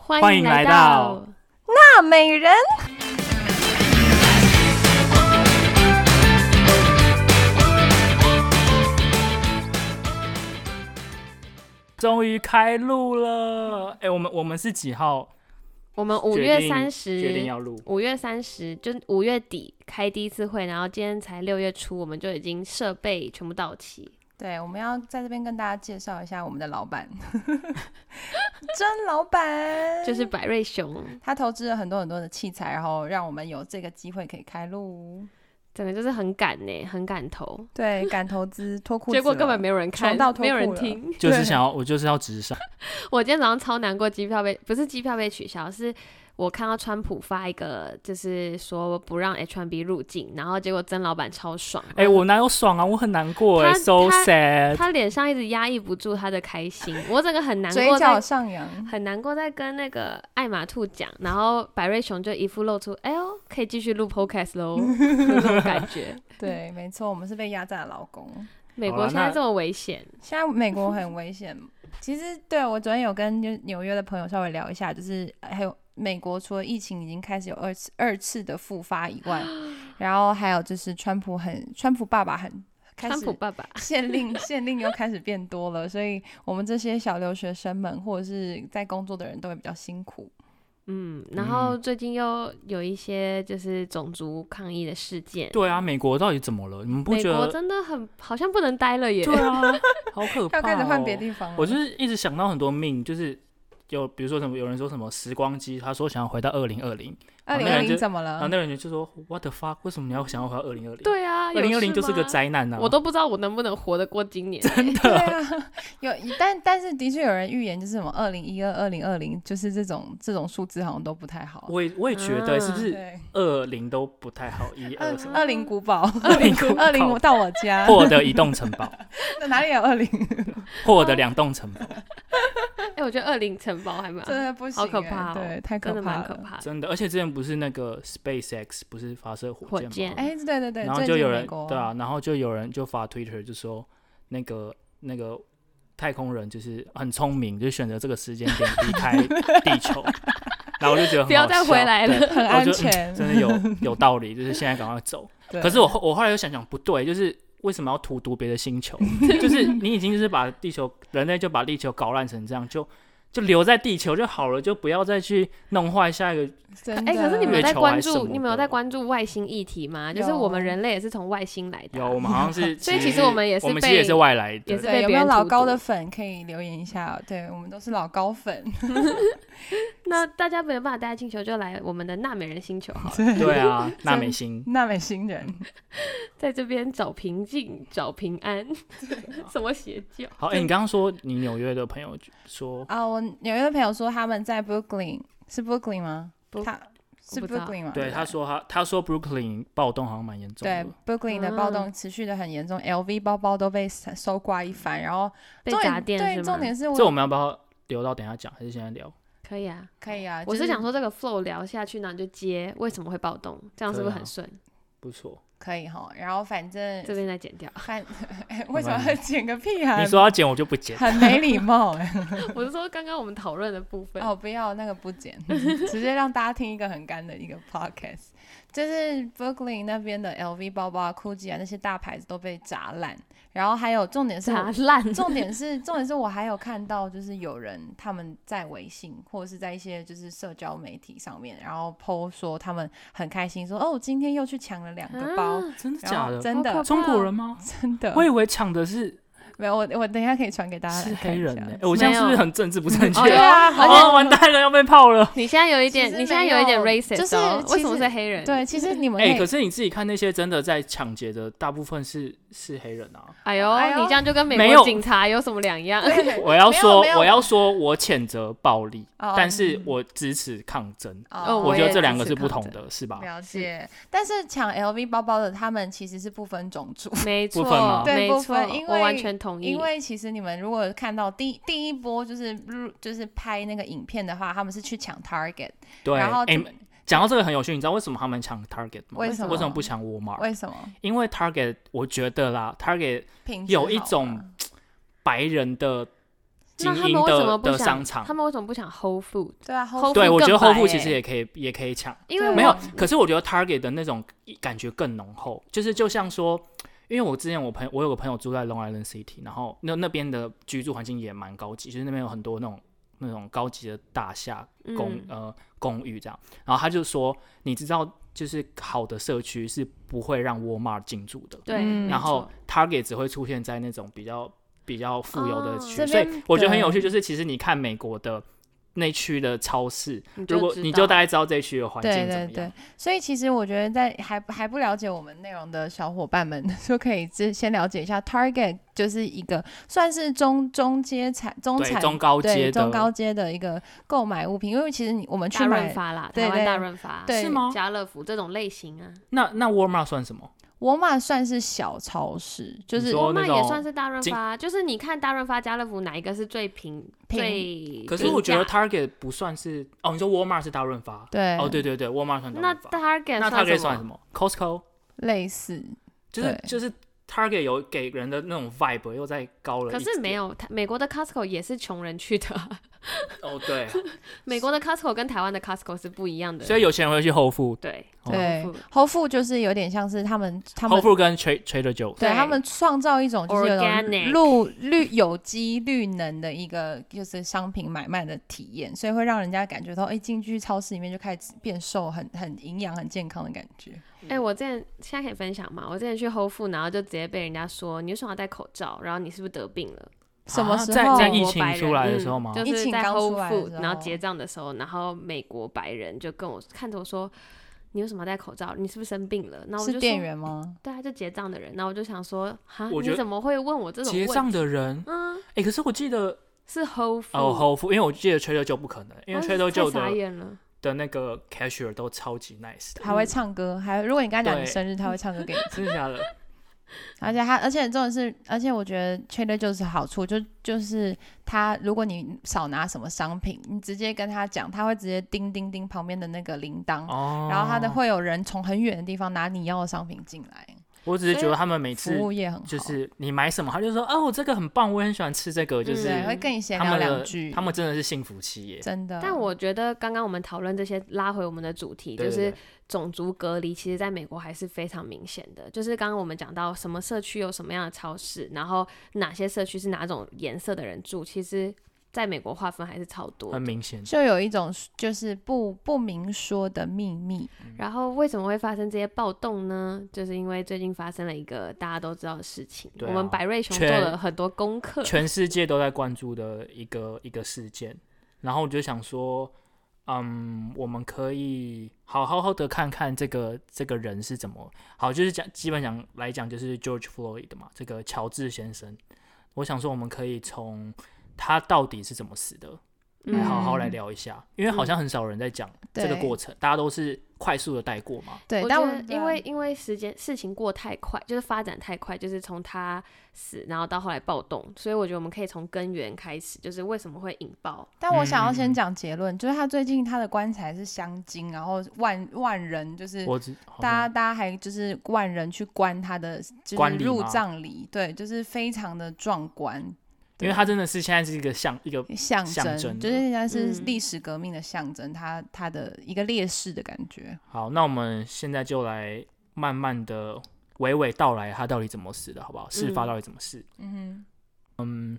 欢迎来到那美人。终于开录了。哎、我们我们是几号？我们五决月定三决定十，要录。五月三十就五月底开第一次会，然后今天才六月初，我们就已经设备全部到齐。对，我们要在这边跟大家介绍一下我们的老 板，真老板，就是百瑞熊，他投资了很多很多的器材，然后让我们有这个机会可以开录。整个就是很赶呢、很赶投，对，敢投资脱裤子结了，果根本没有人看穷啊到，脱没有人裤了听。就是想要，我就是要直上。我今天早上超难过，机票被不是机票被取消，是我看到川普发一个，就是说不让 H1B 入境，然后结果曾老板超爽。哎、我哪有爽啊？我很难过哎、他 s o 他 sad。他脸上一直压抑不住他的开心，我整个很难嘴过角在，上扬，很难过在跟那个艾玛兔讲，然后百瑞熊就一副露出哎呦可以继续录 podcast 喽那种感觉。对，没错，我们是被压榨的老公。美好国啦现在那这么危险，现在美国很危险。 其实，对我昨天有跟就是纽约的朋友稍微聊一下，就是呃还有美国除了疫情已经开始有二次二次的复发 以外，然后还有就是川普很川普爸爸很开川始普爸爸限令 限令又开始变多了，所以我们这些小留学生们或者是在工作的人都会比较辛苦。嗯，然后最近又有一些就是种族抗议的事件，对啊，美国到底怎么了？你们不美觉国得？真的很好像不能待了耶。对啊，好可怕、哦。要开始换别地方了，我就是一直想到很多命，就是有比如说什么，有人说什么时光机，他说想要回到二零二嗯零，二零那二啊人就零怎么然后了？那个人就说 What the fuck？为什么你要想要回到二零二零？，对啊，二零二零有事就是个吗。灾难啊！我都不知道我能不能活得过今年，对啊，有但但是的确有人预言就是什么二零一二、二零二零，就是这种这种数字好像都不太好。我也我也觉嗯得是不是对，二零都不太好，一二二什么二零 古堡，二零古二零堡我到我嗯家，获得一栋城堡，那哪里有 二零？获得两栋城堡，哎、我觉得二零城堡还蛮真的不行好欸，可怕哦对，太真可的怕蛮可了。怕的。真的。而且之前不是那个 SpaceX 不是发射火火箭箭吗？哎，对对对，然后最就近有美人国对啊，，然后就有人就发 Twitter 就说那个那个太空人就是很聪明，就选择这个时间点离开地球， 然后我就觉得很不要好再笑回来了对很我安就全嗯。 真的有有道理，就是现在赶快走。对啊可是我后我后来又想想不对，就是。为什么要荼毒别的星球？ 就是你已经就是把地球人类就把地球搞烂成这样，就就留在地球就好了，就不要再去弄坏下一个真的，哎、可是你们有月在球关还是什注，么你们有的在关注外星议题吗？就是我们有人类也是从外星来的啊、有我们好 像是，所以其实我们也是我们其实也被是外来的，也是对被有别没有人老荼高毒的粉可以留言一下？对我们都是老高粉， 那大家没有办法待在星球，就来我们的纳美人星球好 了， 对啊，纳美星。娜美星人，在这边找平静，找平安，啊 什么邪教？好，哎、你刚刚说你纽约的朋友说，啊，我纽约的朋友说他们在 Brooklyn，是 Brooklyn 吗？ Brook- 他我是不知道 Brooklyn 吗？对，不他说他他说 Brooklyn 暴动好像蛮严重对的， Brooklyn 的暴嗯动持续的很严重、l v 包包都被搜刮一番，然后被重点砸店是对，吗？重点是这我们要不要留到等一下讲，还是现在聊？可以啊。可以啊，我就是想说这个 flow 聊下去，然后你就接为什么会暴动，这样是不是可以啊很顺？不错，可以哈，然后反正这边再 剪掉。 反、哎为什么要剪个屁嗯啊？你说要剪我就不剪，很没礼貌哎、我是说刚刚我们讨论的部分。哦，不要那个 不剪，直接让大家听一个很干的一个 podcast。就是 Brooklyn 那边的 LV 包包啊、GUCCI 啊那些大牌子都被砸烂，然后还有重点是我砸烂，重点是，重点是我还有看到，就是有人他们在微信或者是在一些就是社交媒体上面，然后 PO 说他们很开心说，哦，我今天又去抢了两个包，啊真的然假后的？真好的可中国人吗？真的，我以为抢的是没有我我等一下可以传给大家是来看黑一人下呢、哎我这样是不没是有很政治不正确？哦对啊，而且 哦，完蛋了，要被泡了。你现在有一点，其实你现在有一点没有 racist，、就是哦其实为什么是黑人？对，其实你们可哎、以可是你自己看那些真的在抢劫的，大部分是是黑人啊。哎呦，哎呦你这样就跟美没国有警察有什么两样？对我要没有说没，有我要说，我谴责暴力，哦但是我支持抗争。哦我也觉得支这两个持是不抗同争的，是吧？了解，但是抢 LV 包包的他们其实是不分种族，没错不分吗，对没不错分因，我完为全嗯同意。因为其实你们如果看到第第一波就是入就是拍那个影片的话，他们是去抢 Target，对，然后哎、讲到这个很有趣，你知道为什么他们抢 Target 吗？为什什么么不抢 Walmart？为什么？因为 Target 我觉得啦，Target 品质有一好种吗白人的精那他英们为什的么不的想商？场他。们为什么不想 Whole Food？对啊， Whole 对， Food 我觉得更白 Whole 欸 Food 其实也可以也可以抢，因为对我没有啊。可是我觉得 Target 的那种感觉更浓厚，就是就像说，因为我之前我朋我有个朋友住在 Long Island City，然后那那边的居住环境也蛮高级，就是那边有很多那种那种高级的大厦公、嗯呃公寓这样。然后他就说，你知道，就是好的社区是不会让 Walmart 进驻的，对，嗯没然后错 Target 只会出现在那种比较比较富有的哦区，这所以边我觉得很有趣，对就是其实你看美国的那区的超市，你就如果知你道就大概知道这区的环境对怎么对样。对，所以其实我觉得在还还不了解我们内容的小伙伴们， 就可以先先了解一下 Target 就是一个算是中中阶产中对产中高阶对的中高阶的一个购买物品，因为其实你我们去大润买发啦，对台湾对大润发、对是吗？家乐福这种类型啊，那那 Walmart 算什么？沃尔玛算是小超市，就你是说我妈哦那也种算是大润精发，就是你看大润发、家乐福哪一个是最平平最？可是我觉得。Target 不算是哦，你说 Walmart 是大润发，对哦对对对，Walmart 算大那润发。 Target 那 Target 算算什么？么？Costco 类似就是对就是 Target 有给人的那种 vibe 又再高了一可点。是没有，它美国的 Costco 也是穷人去的啊， 哦对，美国的 Costco 跟台湾的 Costco 是不一样的。所以有钱人会去 Whole Food。对哦对 Whole ，Whole Food 就是有点像是他们他们 Whole Food 跟 Trade Trader Joe 对对他们创造一种就是有种 Organic 绿绿有机绿能的一个就是商品买卖的体验，所以会让人家感觉到，哎、进去超市里面就开始变瘦，很很营养、很健康的感啊觉。哎、我之前现在可以分享吗？我之前去 Whole Food，然后就直接被人家说你为什么要戴口罩？然后你是不是得病了？什么啊时候？在在美疫国情白人出来的时候吗嗯、疫就是情在刚 Whole 出来的 Food，时候然后结账的时候，然后美国白人就跟我看着我说：“你为什么要戴口罩？你是不是生病了？”然后我就是说店，员吗？对啊，就结账的人。然后我就想说：“哈，我觉你得怎么会问我这种结问账题？的人，嗯，哎，可是我记得是 Whole Food，哦 Whole Food，因为我记得 Trader Joe 不可能，因为 Trader 就 Joe 傻的眼了。的那个 cashier 都超级 nice 的，还会唱歌，还如果你跟他讲你嗯对生日，他会唱 歌给你。真的假的？而且他，而且重点是，而且我觉得 Trader 就是好处，就就是他，如果你少拿什么商品，你直接跟他讲，他会直接叮叮叮旁边的那个铃铛，哦， 然后他的会有人从很远的地方拿你要的商品进来，我只是觉得他们每服次务业很好，就是你买什么，他就说哦，这个很棒，我很喜欢吃这个，就嗯是对，会跟你闲他聊们两的句，他们真的是幸福企业。真的。但我觉得刚刚我们讨论这些，拉回我们的主题，对就对是对种族隔离，其实在美国还是非常明显的。就是刚刚我们讲到什么社区有什么样的超市，然后哪些社区是哪种颜色的人住，其实在美国划分还是超多的很明显，就有一种就是不不明说的秘密，然后为什么会发生这些暴动呢？就是因为最近发生了一个大家都知道的事情，对啊我们百瑞熊做全了很多功课，全世界都在关注的一个一个事件。然后我就想说，嗯，我们可以好好好的看看这个这个人是怎么好，就是讲基本讲来讲就是 George Floyd 嘛，这个乔治先生。我想说，我们可以从他到底是怎么死的，嗯来好好来聊一下，因为好像很少人在讲这个对过程，大家都是快速的带过嘛。对，我但觉我得啊因为因为时间事情过太快，就是发展太快，就是从他死，然后到后来暴动，所以我觉得我们可以从根源开始，就是为什么会引爆。但我想嗯要嗯先嗯讲结论，就是他最近他的棺材是镶金，然后万万人就是我只好大家像大家还就是万人去观他的就观是礼入吗葬礼，对，就是非常的壮观，因为他真的是现在是一个像一个象象征，征就是人家是嗯历史革命的象征，他他的一个烈士的感觉。好，那我们现在就来慢慢的娓娓道来他到底怎么死的，好不好？事发嗯到底怎么死？嗯嗯，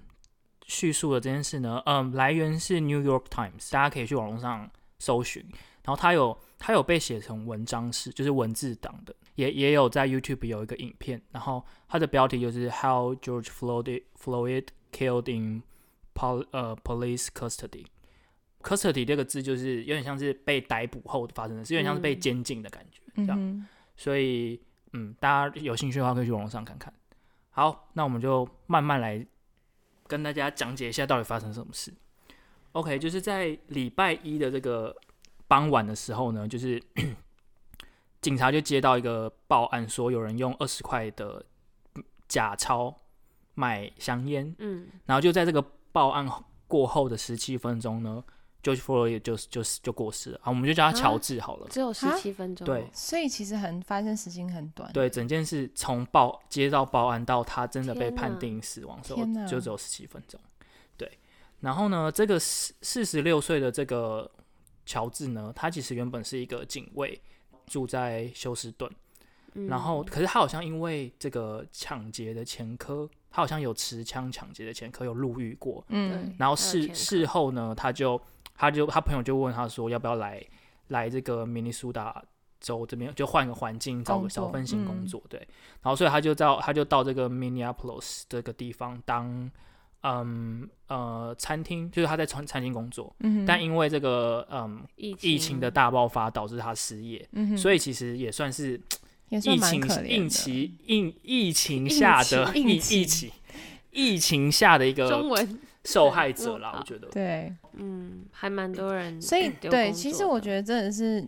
叙述的这件事呢，嗯，来源是 New York Times，大家可以去网络上搜寻，然后它有它有被写成文章式，就是文字档的，也也有在 YouTube 有一个影片，然后它的标题就是 How George Floyd Floyd Killed in Pol 呃 Police Custody。custody 这个字就是有点像是被逮捕后发生的事，有点像是被嗯监禁的感觉，哼，嗯这样。哼，所以嗯，大家有兴趣的话可以去网络上看看。好，那我们就慢慢来跟大家讲解一下到底发生什么事。OK，就是在礼拜一的这个傍晚的时候呢，就是 警察就接到一个报案，说有人用二十块的嗯假钞买香烟，嗯，然后就在这个报案过后的十七分钟呢，George Floyd 就就就过世了啊，我们就叫他啊乔治好了。啊只有十七分钟，哦对，所以其实很发现时间很短，对，整件事从报接到报案到他真的被天哪判定死亡的时候天哪，就只有十七分钟。对，然后呢，这个四四十六岁的这个乔治呢，他其实原本是一个警卫，住在休斯顿。嗯然后，可是他好像因为这个抢劫的前科，他好像有持枪抢劫的前科，有入狱过。嗯，然后还有事前科事后呢，他就他就他朋友就问他说，要不要来来这个明尼苏达州这边，就换个环境，找工个找作份新工嗯作，对。然后所以他就到他就到这个 Minneapolis 这个地方当嗯呃餐厅，就是他在餐餐厅工作，嗯但因为这个嗯疫情疫情的大爆发导致他失业，嗯所以其实也算是也算疫蛮情可怜疫的。情疫疫情下的应疫急疫情疫情下的一中个文，受害者啦，我我觉得。对，嗯，还蛮多人所以丢对，工其作实我的觉得真的是，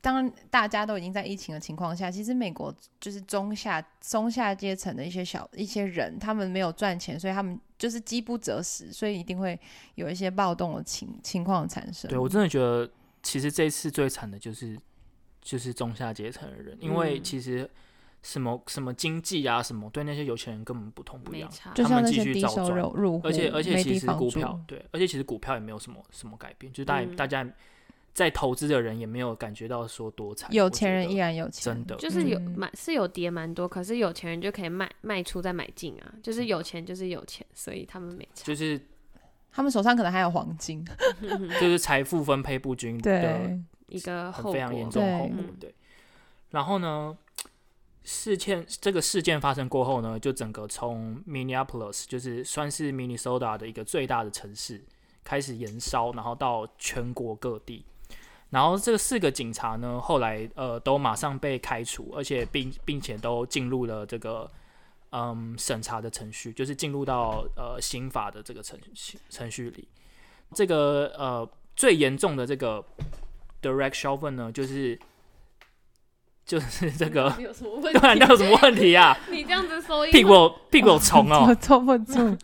当大家都已经在疫情的情况下，其实美国就是中下中下阶层的一些小一些人，他们没有赚钱，所以他们就是饥不择食，所以一定会有一些暴动的情情况产生。对我真的觉得，其实这次最惨的就是就是中下阶层的人，因为嗯其实什么什么经济啊什么，对那些有钱人根本不痛不没痒。差，就他像们那继些续低照收赚入入户，而且而且没其地实方股住票对，而且其实股票也没有什么什么改变，就是大家、嗯大家在投资的人也没有感觉到说多惨，有我觉钱人得依然有钱，真的就是有嗯蛮是有跌蛮多，可是有钱人就可以卖卖出再买进啊，就是有钱就是有钱，所以他们没差。就是他们手上可能还有黄金。就是财富分配不均的对，一个后很果非常严重的后果对。对，然后呢，事件这个事件发生过后呢，就整个从 Minneapolis 就是算是 Minnesota 的一个最大的城市开始燃烧，然后到全国各地。然后这四个警察呢，后来呃都马上被开除，而且并并且都进入了这个嗯审查的程序，就是进入到呃刑法的这个程序程序里。这个呃最严重的这个 direct Chauvin 呢，就是就是这 ，个有什么问 突 然间有什么问题啊？你这样子收音屁股有屁股有虫 我哦！坐不住。坐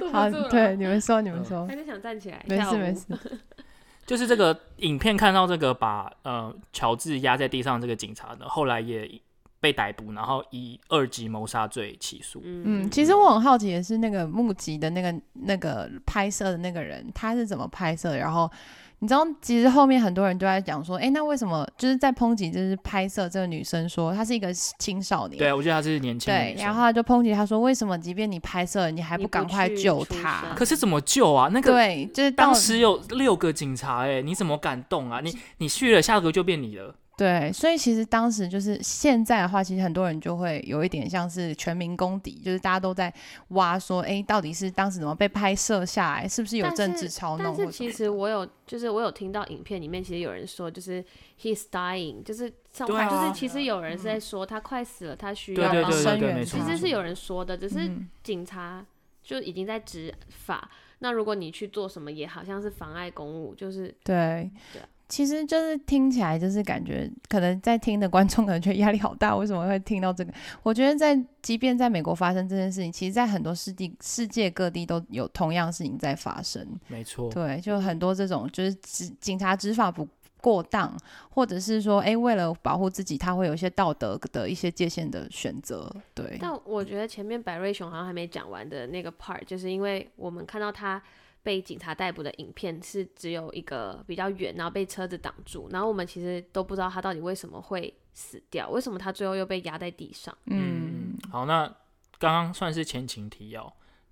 不好，住了对，，你们说，你们嗯说还，是想站起来。没下事午没事。嗯就是这个影片看到这个把呃乔治压在地上这个警察呢，后来也被逮捕，然后以二级谋杀罪起诉。嗯嗯，其实我很好奇的是，那个目击的那个那个拍摄的那个人，他是怎么拍摄的？然后你知道，其实后面很多人都在讲说，哎、那为什么就是在抨击，就是拍摄这个女生说她是一个青少年，对，我觉得他是年轻的对女生然后他就抨击她说，为什么即便你拍摄了，你还你不不赶快去救出她声？可是怎么救啊？那个对，就是到当时有六个警察哎、你怎么敢动啊？你你去了，下个就变你了。对，所以其实当时就是现在的话，其实很多人就会有一点像是全民公敌，就是大家都在挖说，哎，到底是当时怎么被拍摄下来，是不是有但政是治操弄但或什是么？其实我有，就是我有听到影片里面，其实有人说，就是 he's dying，就是上对啊就是其实有人是在说他快死了，他需对要对帮对忙对声对，援没错其他。实是有人说的，只是嗯警察就已经在执法。那如果你去做什么，也好像是妨碍公务，就是对对啊。其实就是听起来就是感觉，可能在听的观众可能觉得压力好大，为什么会听到这个？我觉得在即便在美国发生这件事情，其实，在很多世地世界各地都有同样事情在发生。没错。对，就很多这种就是执警察执法不过当，或者是说，哎，为了保护自己，他会有一些道德的一些界限的选择。对，但我觉得前面百瑞熊好像还没讲完的那个 part，就是因为我们看到他被警察逮捕的影片是只有一个比较远，然后被车子挡住，然后我们其实都不知道他到底为什么会死掉，为什么他最后又被压在地上。嗯，，好，那刚刚算是前情提要，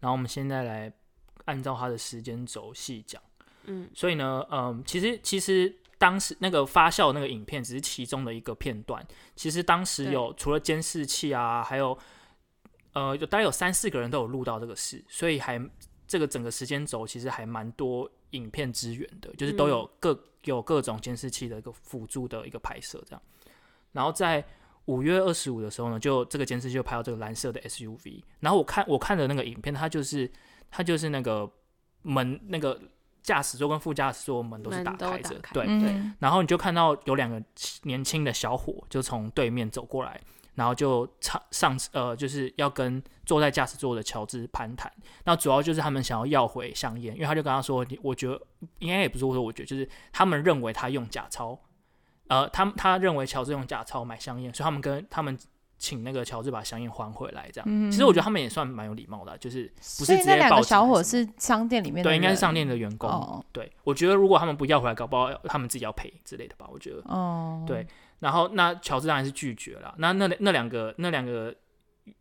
然后我们现在来按照它的时间轴细讲。嗯，所以呢，嗯，其实其实当时那个发酵那个影片只是其中的一个片段，其实当时对有除了监视器啊，还有呃，有大概有三四个人都有录到这个事，所以还这个整个时间轴其实还蛮多影片资源的，就是都有各、有各种监视器的一个辅助的一个拍摄这样。然后在五月二十五的时候呢，就这个监视器就拍到这个蓝色的 SUV，然后我看我看的那个影片，它就是它就是那个门那个驾驶座跟副驾驶座门都是门打都开打着，开对，嗯，然后你就看到有两个年轻的小伙就从对面走过来，然后就上上呃，就是要跟坐在驾驶座的乔治攀谈。那主要就是他们想要要回香烟，因为他就跟他说，你我觉得应该也不是我说，我觉得就是他们认为他用假钞，呃，他他认为乔治用假钞买香烟，所以他们跟他们请那个乔治把香烟还回来，这样。嗯其实我觉得他们也算蛮有礼貌的啊、就是不所是以直那接两报个警小还伙是什么是商店里面的对，应人，该是商店的员工。哦对，我觉得如果他们不要回来，搞不好他们自己要赔之类的吧。我觉得。哦，对然后那乔治当然是拒绝了。那那那两个那两个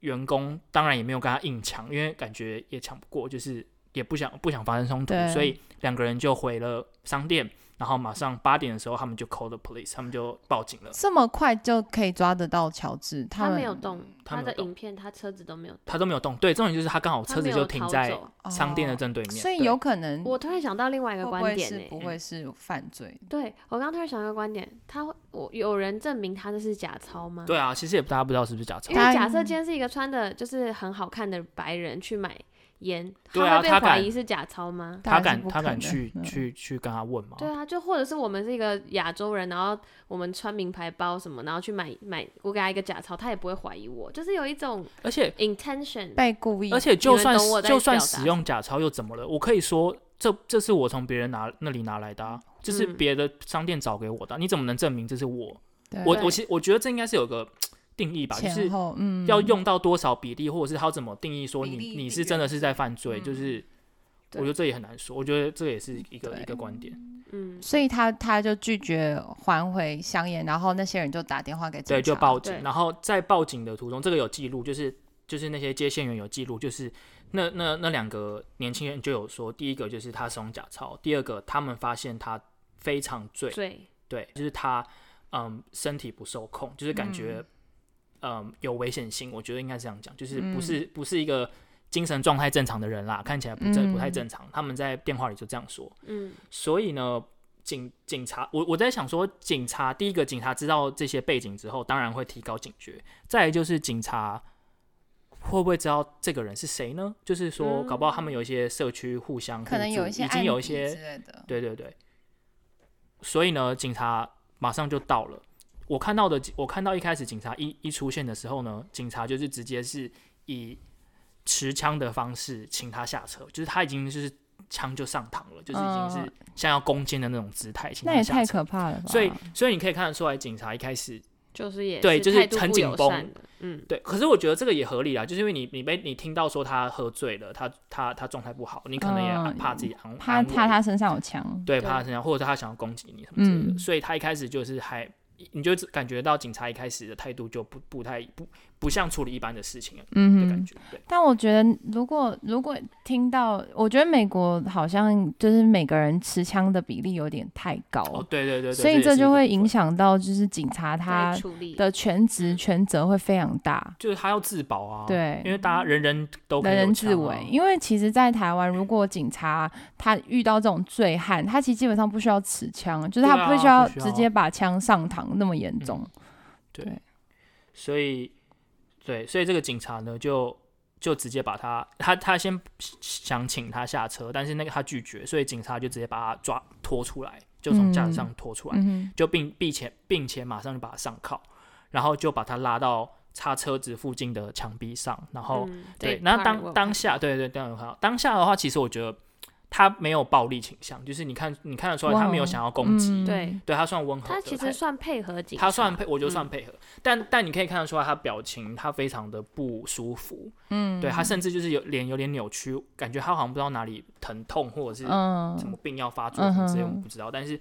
员工当然也没有跟他硬抢，因为感觉也抢不过，就是也不想不想发生冲突，对所以两个人就回了商店。然后马上八点的时候，他们就 call the police，他们就报警了。这么快就可以抓得到乔治，他们没有动，他他没有的动影片他车子都没有动，他都没有动，对，重点就是他刚好他车子没就有停逃在嗯走商店的哦正对面，所以对有可能我突然想到另外一会个不观会点呢、是不会是犯罪？对我刚刚突然想到一个观点，他我有人证明他这是假钞吗？对啊，其实也大家不知道是不是假钞因为，他假设今天是一个穿的就是很好看的白人去买烟，对啊他会他被怀敢疑是假钞吗？当他然是敢不他可敢能去嗯去去跟他问吗？对啊，就或者是我们是一个亚洲人，然后我们穿名牌包什么，然后去买买，我给他一个假钞，他也不会怀疑我，就是有一种而且 intention。被故意而且就们算懂我在就算表达使用假钞又怎么了？我可以说这这是我从别人拿那里拿来的、啊，这是嗯别的商店找给我的啊、你怎么能证明这是我？对我对我其实我觉得这应该是有个定义吧，就前是后嗯要用到多少比例，或者是他怎么定义说比你例你比是真的是在犯罪？嗯就是我对觉得这也很难说，我觉得这也是一个对一个观点。嗯，所以他他就拒绝还回香烟，然后那些人就打电话给警察，对，就报警对。然后在报警的途中，这个有记录，就是就是那些接线员有记录，就是那那那两个年轻人就有说，第一个就是他使用假钞，第二个他们发现他非常醉，对，对，就是他嗯身体不受控，就是感觉嗯有危险性，我觉得应该这样讲，就是不是、不是一个。精神状态正常的人啦，看起来不正不太嗯正常。他们在电话里就这样说，嗯，所以呢，警警察，我我在想说，警察第一个警察知道这些背景之后，当然会提高警觉。再来就是警察会不会知道这个人是谁呢？就是说，嗯搞不好他们有一些社区互相可能互助有一些已经有一案底些之类的，对对对，所以呢，警察马上就到了。我看到的，我看到一开始警察一一出现的时候呢，警察就是直接是以持枪的方式请他下车，就是他已经就是枪就上膛了，就是已经嗯是像要攻坚的那种姿态，请那他也下太车。可怕了吧？所以，所以你可以看得出来，警察一开始就是也对就是态度很不紧友绷善的，嗯，对，可是我觉得这个也合理啦，就是因为你你被你听到说他喝醉了，他他他状态不好，你可能也嗯安怕自己安他安慰他他身上有枪，对，对怕他身上，或者他想要攻击你什么之类的，嗯所以他一开始就是还，你就感觉到警察一开始的态度就不不太不不像处理一般的事情的嗯感哼。觉，对，但我觉得，如果如果听到，我觉得美国好像就是每个人持枪的比例有点太高，哦，对对对对，所以这这就会影响，响到就是警察他在处理的全职嗯权责会非常大。就是他要自保啊，，对，因为大家人人都可以人人有枪自啊危。因为其实，在台湾，如果警察他遇到这种醉汉，他其实基本上不需要持枪，就对是啊他需要不需要嗯直接把枪上膛那么严重。对对，所以对，所以这个警察呢就。就直接把他，他他先想请他下车，但是那个他拒绝，所以警察就直接把他抓拖出来，就从架子嗯上拖出来。嗯就并并且并且马上就把他上铐，然后就把他拉到他车子附近的墙壁上，然后、嗯这哦对一，然 part 后我当有当看下对对当然有看到当下的话，其实我觉得他没有暴力倾向，就是你看你看得出来哇他没有想要攻击，嗯对对他算温和的，他其实算配合警察，他算配，我觉得算嗯配合，但但你可以看得出来他表情他非常的不舒服，嗯对他甚至就是有脸有点扭曲，感觉他好像不知道哪里疼痛或者是嗯什么病要发作嗯什么之类，我哼哼不知道。但是，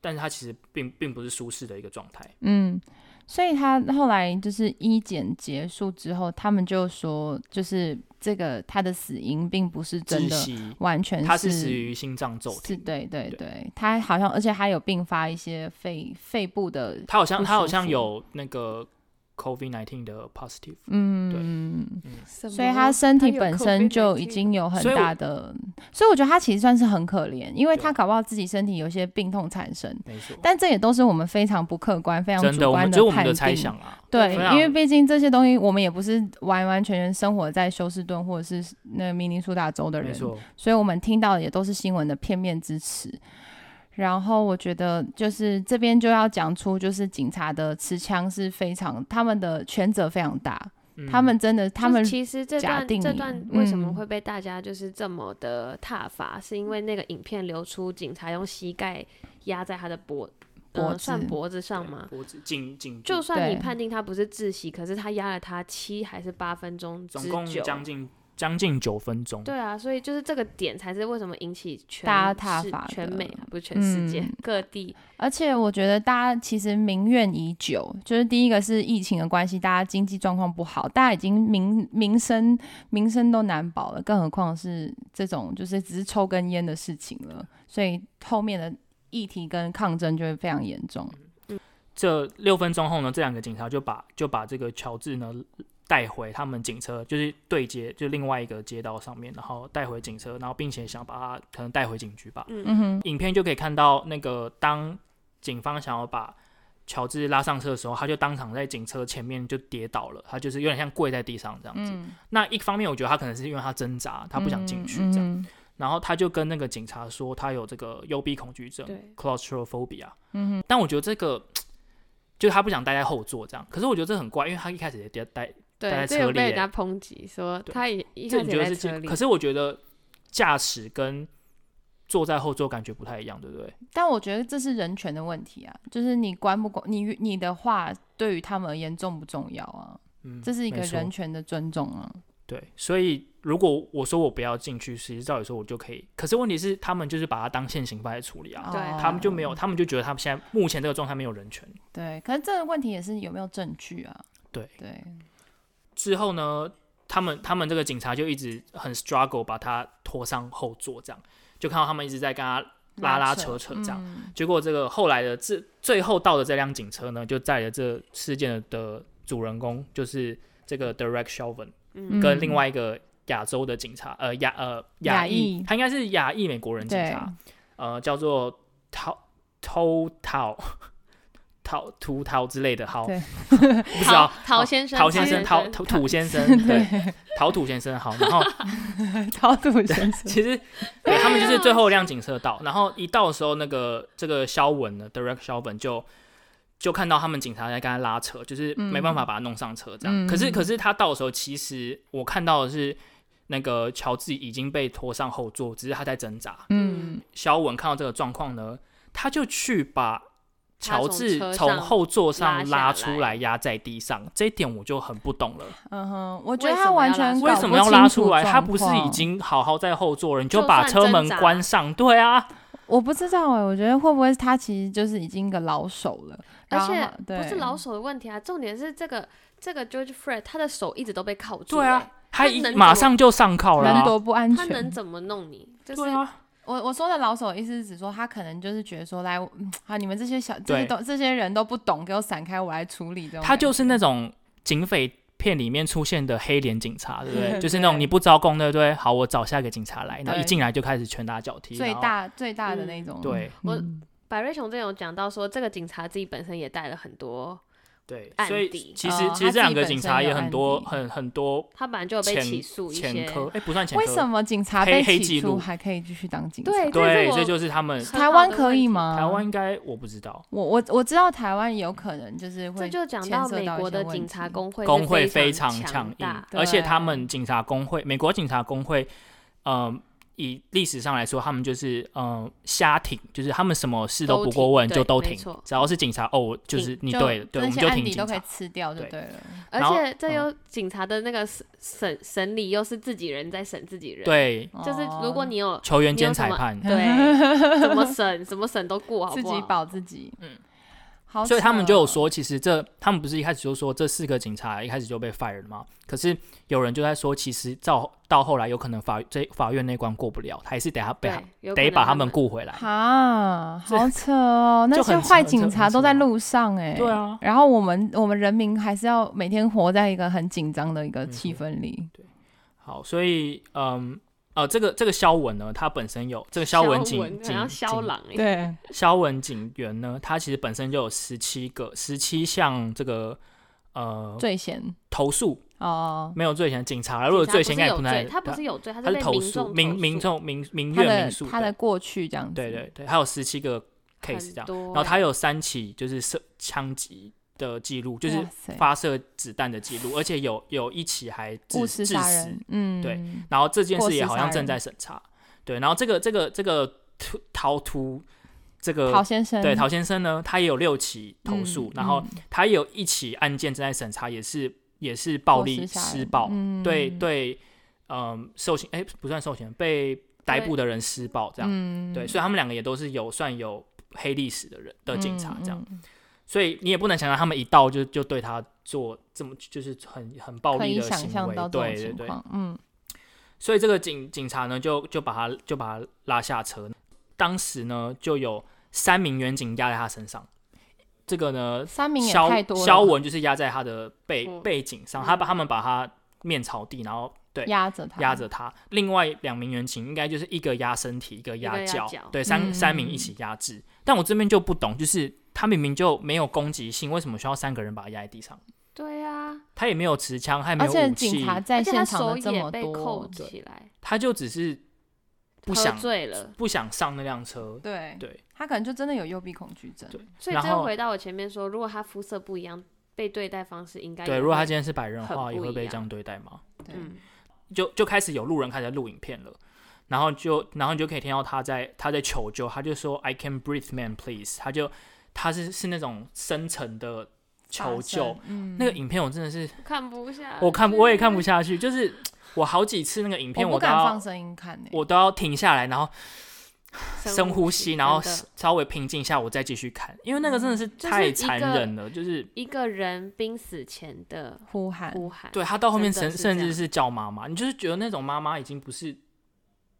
但是他其实并并不是舒适的一个状态。嗯，所以他后来就是一检结束之后，他们就说，就是这个他的死因并不是真窒的息，完全他是死于心脏骤是停。对对对对，他好像而且他有并发一些肺肺部的他好像不他好舒像服有那个 COVID nineteen 的 positive，嗯。什所以么他身体有本身 COVID-19 就已经有很所以我大的，所以我觉得他其实算是很可怜，因为对啊他搞不好自己身体有一些病痛产生，没错，但这也都是我们非常不客观、非常真的，主我观们只有我们判的定。猜想啊。对非，常因为毕竟这些东西我们也不是完完全全生活在休斯顿或者是那明尼苏达州的没人，错，所以我们听到的也都是新闻的片面之词。然后我觉得就是这边就要讲出，就是警察的持枪是非常他们的权责非常大，嗯他们真的他就是们其实这假段定这你段为什么嗯会被大家就是这么的挞伐，是因为那个影片流出，警察用膝盖压在他的脖脖呃算子脖子上吗？脖子颈颈部就算你对判定他不是窒息，可是他压了他七还是八分钟之总共久，将近将近九分钟。对啊，所以就是这个点才是为什么引起全大家挞世伐全的美啊，不是全世界、嗯各地，而且我觉得大家其实民怨已久，就是第一个是疫情的关系，大家经济状况不好，大家已经民民生民生都难保了，更何况是这种就是只是抽根烟的事情了，所以后面的议题跟抗争就会非常严重。这六分钟后呢，这两个警察就把就把这个乔治呢带回他们警车，就是对接就另外一个街道上面，然后带回警车，然后并且想把他可能带回警局吧。嗯哼，影片就可以看到，那个当警方想要把乔治拉上车的时候，他就当场在警车前面就跌倒了，他就是有点像跪在地上这样子。嗯，那一方面，我觉得他可能是因为他挣扎，他不想进去这样，样，然后他就跟那个警察说他有这个幽闭恐惧症对 （claustrophobia）。嗯但我觉得这个就是他不想待在后座这样，可是我觉得这很怪，因为他一开始也待待，对，在这车有里被人耶家抨击说对他也一这开你始觉得在是车进？里可，是我觉得驾驶跟坐在后座感觉不太一样，对不对？但我觉得这是人权的问题啊，就是你管不管你你的话对于他们而言重不重要啊？嗯，这是一个没错人权的尊重啊。对，所以如果我说我不要进去，其实照理说我就可以。可是问题是，他们就是把它当现行犯来处理啊，对哦他们就没有，他们就觉得他们现在目前这个状态没有人权。对，可是这个问题也是有没有证据啊？对对，之后呢，他们他们这个警察就一直很 struggle 把他拖上后座，这样就看到他们一直在跟他拉拉扯扯这样。嗯结果这个后来的这最后到的这辆警车呢，就载了这事件的主人公，就是这个 Derek Chauvin。嗯跟另外一个亚洲的警察，呃亚呃亚裔裔，他应该是亚裔美国人警对察，呃叫做涛偷 涛涛图涛之类的，好，对 不知道 陶陶先生，陶先生陶土土先生， 对，陶土先生好，然后 超度先生，其实对他们就是最后一辆警车到，然后一到的时候，那个这个肖文呢，Direct 肖文就就看到他们警察在跟他拉扯，就是没嗯办法把他弄上车这样。嗯可是可是他到的时候，其实我看到的是那个乔治已经被拖上后座，只是他在挣扎。嗯，肖文看到这个状况呢，他就去把。他乔从治车从上后座上拉拉下来出来，压在地上，这一点我就很不懂了。嗯哼，我觉得他完全为搞什不么要拉清楚出来？他状不是已况？经好好在后座了，你就就把算车门挣扎关上？对啊，我不知道哎、我觉得会不会他其实就是已经一个老手了，而然后且对不是老手的问题啊，重点是这个这个 George Fred 他的手一直都被铐住、对啊欸，，他他一能怎马么上就上铐了、人啊。多不安他能全。怎么弄你？就是对啊，我我说的老手意思是指说他可能就是觉得说来，嗯啊，你们这些小这对些都这些人都不懂，给我闪开，我来处理这种感觉。他就是那种警匪片里面出现的黑脸警察，对不对？ 对就是那种你不招供，对不对？好，我找下一个警察来，然后一对进来就开始拳打脚踢，最然后大最大的那种。对我嗯百瑞雄这有讲到说，这个警察自己本身也带了很多，对，案所以底其实、哦其实他这自两己个本警身察有也很案多底很很多他本来就有被前起诉一前些，科，哎，不算前科，为什么警察黑被黑记起录诉还可以继续当警察？对对，这是我这就是他们很台好湾的可问以题吗？台湾应该我不知道，我我我知道台湾有可能就是这会，就讲牵到涉美到一国些的问警察题工会工会会非常强硬大，，而且他对们警察工会，美国警察工会，呃，以历史上来说，他们就是呃瞎挺，就是他们什么事都不挺过问就对都没挺错，只要是警察哦，我就是你对了，对，我那们些就案挺底警都可以察。吃掉就对对了。而然后且这嗯有警察的那个审审审理又是自己人在审自己人，，对，就是如果哦你 有球员你兼有什裁么判，对怎么审怎么审都过，好自不己好？保自己，嗯嗯，好，哦所以他们就有，说，其实这他们不是一开始就说这四个警察一开始就被 fire 了吗？可是有人就在说，其实到到后来有可能法这法院那关过不了，还是得他被他对，有可啊得能把他们雇回来。哈，这好扯哦，就那些很坏扯这警很察都扯在路上哎，对。啊，然后我们我们人民还是要每天活在一个很紧张的一个没气错氛里。好，所以嗯呃，这个这个肖文呢，他本身有这个肖文警文好警像肖警朗哎，对，肖文警员呢，他其实本身就有十七个十七项这个呃最闲投诉，哦，没有罪嫌，警察啦警如果察罪不嫌是应该也有不太罪，他不是有罪，他他是是被投民诉众民投民诉众民民他怨的民诉他的过去这样子，对对对，还有十七个 case 这很，样多然后欸他有三起就是射枪击的记录，就是哇塞发射子弹的记录，而且有有一起还致误事致杀死人，嗯，对然后这件过事也失好杀像正人在审查，对，然后这个这个这个逃逃突这个陶先生呃对陶先生呢，他也有六起投诉，嗯然后嗯他也有一起案件正在审查，也是也是暴力投私杀人施暴，嗯对对，嗯、受刑哎、不算受刑，被逮捕的人施暴这样，嗯对，所以他们两个也都是有算有黑历史的人的警察这样，，嗯所以你也不能想象他们一到就就对他做这么就是很很暴嗯可力以的想行象为到，这对种对情对，况，嗯所以这个警警察呢，就就把他就把他拉下车。当时呢，就有三名远警压在他身上。这个呢，三名也肖太多了，肖文就是压在他的背、嗯背景嗯上，他把他们把他面朝地，然后对压着他，压着他。另外两名远警应该就是一个压身体，一个一压个压脚脚，对，三、嗯三名一起压制。但我这边就不懂，就是他明明就没有攻击性，为什么需要三个人把他压在地上？对啊，他也没有持枪，他也没而有且武警器，察而在且他现场手的这也么被扣多，起来，他就只是不喝想醉呃了。不想上那辆车。对，对，他可能就真的有幽闭恐惧症，对所以然这又后回到我前面说，如果他肤色不一样，被对待方式应该对，也如果他会今天是白人的话，很也不一会被样这样对待吗？对嗯，就就开始有路人开始录影片了，然后就然后你就可以听到他在他在求救，他就说 "I can breathe, man, please"，他就他是是那种深沉的求救。，嗯，那个影片我真的是看不下，我看不我也看不，下去，就是我好几次那个影片我不我都敢放要声音看呢，我都要停下来，然后深呼呼吸，然后真的嗯稍微平静一下，我再继续看，因为那个真的是是太一残个忍了，就是。一个人濒死前的呼喊，呼喊，对他到后面真的甚是甚这至样是叫妈妈，你就是觉得那种妈妈已经不是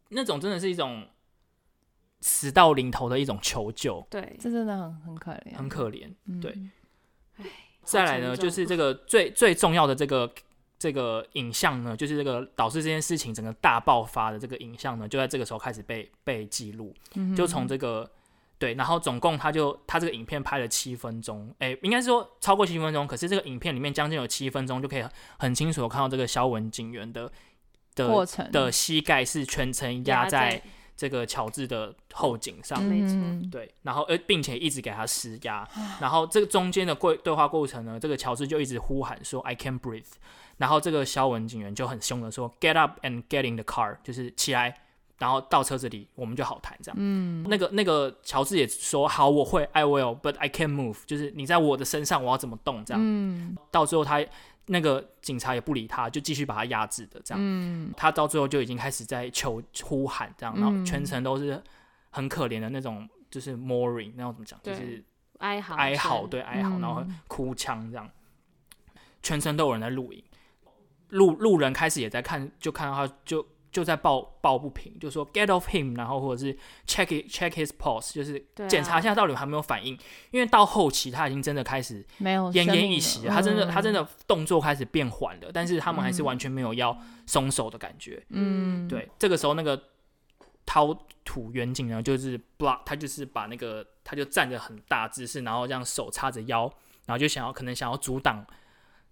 那种真的是一种死到临头的一种求救，对，这真的很很可怜，很可怜。嗯对唉再来呢，就是这个最最重要的这个这个影像呢，就是这个导致这件事情整个大爆发的这个影像呢，就在这个时候开始被被记录，嗯就从这个。对，然后总共他就他这个影片拍了七分钟，哎，应该是说超过七分钟，可是这个影片里面将近有七分钟就可以很很清楚的看到这个肖文警员的的过程的膝盖是全程压压在这个乔治的后颈上，没错嗯对，然后呃，并且一直给他施压，然后这个中间的过对话过程呢，这个乔治就一直呼喊说 "I can breathe"，然后这个肖文警员就很凶的说 "Get up and get in the car"，就是起来，然后到车子里我们就好谈这样。嗯，那个那个乔治也说好，我会 I will，but I can move，就是你在我的身上，我要怎么动这样。嗯，到最后他那个警察也不理他，就继续把他压制的这样。嗯他到最后就已经开始在求呼喊这样，然后全程都是很可怜的那种，就是 mourning 那种怎么讲，就对是哀嚎哀嚎，声，对哀嚎，然后嗯哭腔这样，全程都有人在录影，路路人开始也在看，就看到他就就在抱抱不平，就说 get off him，然后或者是 check it, check his pulse，就是对啊检查一下到底有还没有反应，因为到后期他已经真的开始没有奄哦生奄命一了息了，他真的他真，的动作开始变缓了，但是他们还是嗯完全没有要松手的感觉。嗯，对，这个时候那个陶土远景呢，就是 block，他就是把那个他就站着很大姿势，然后这样手叉着腰，然后就想要可能想要阻挡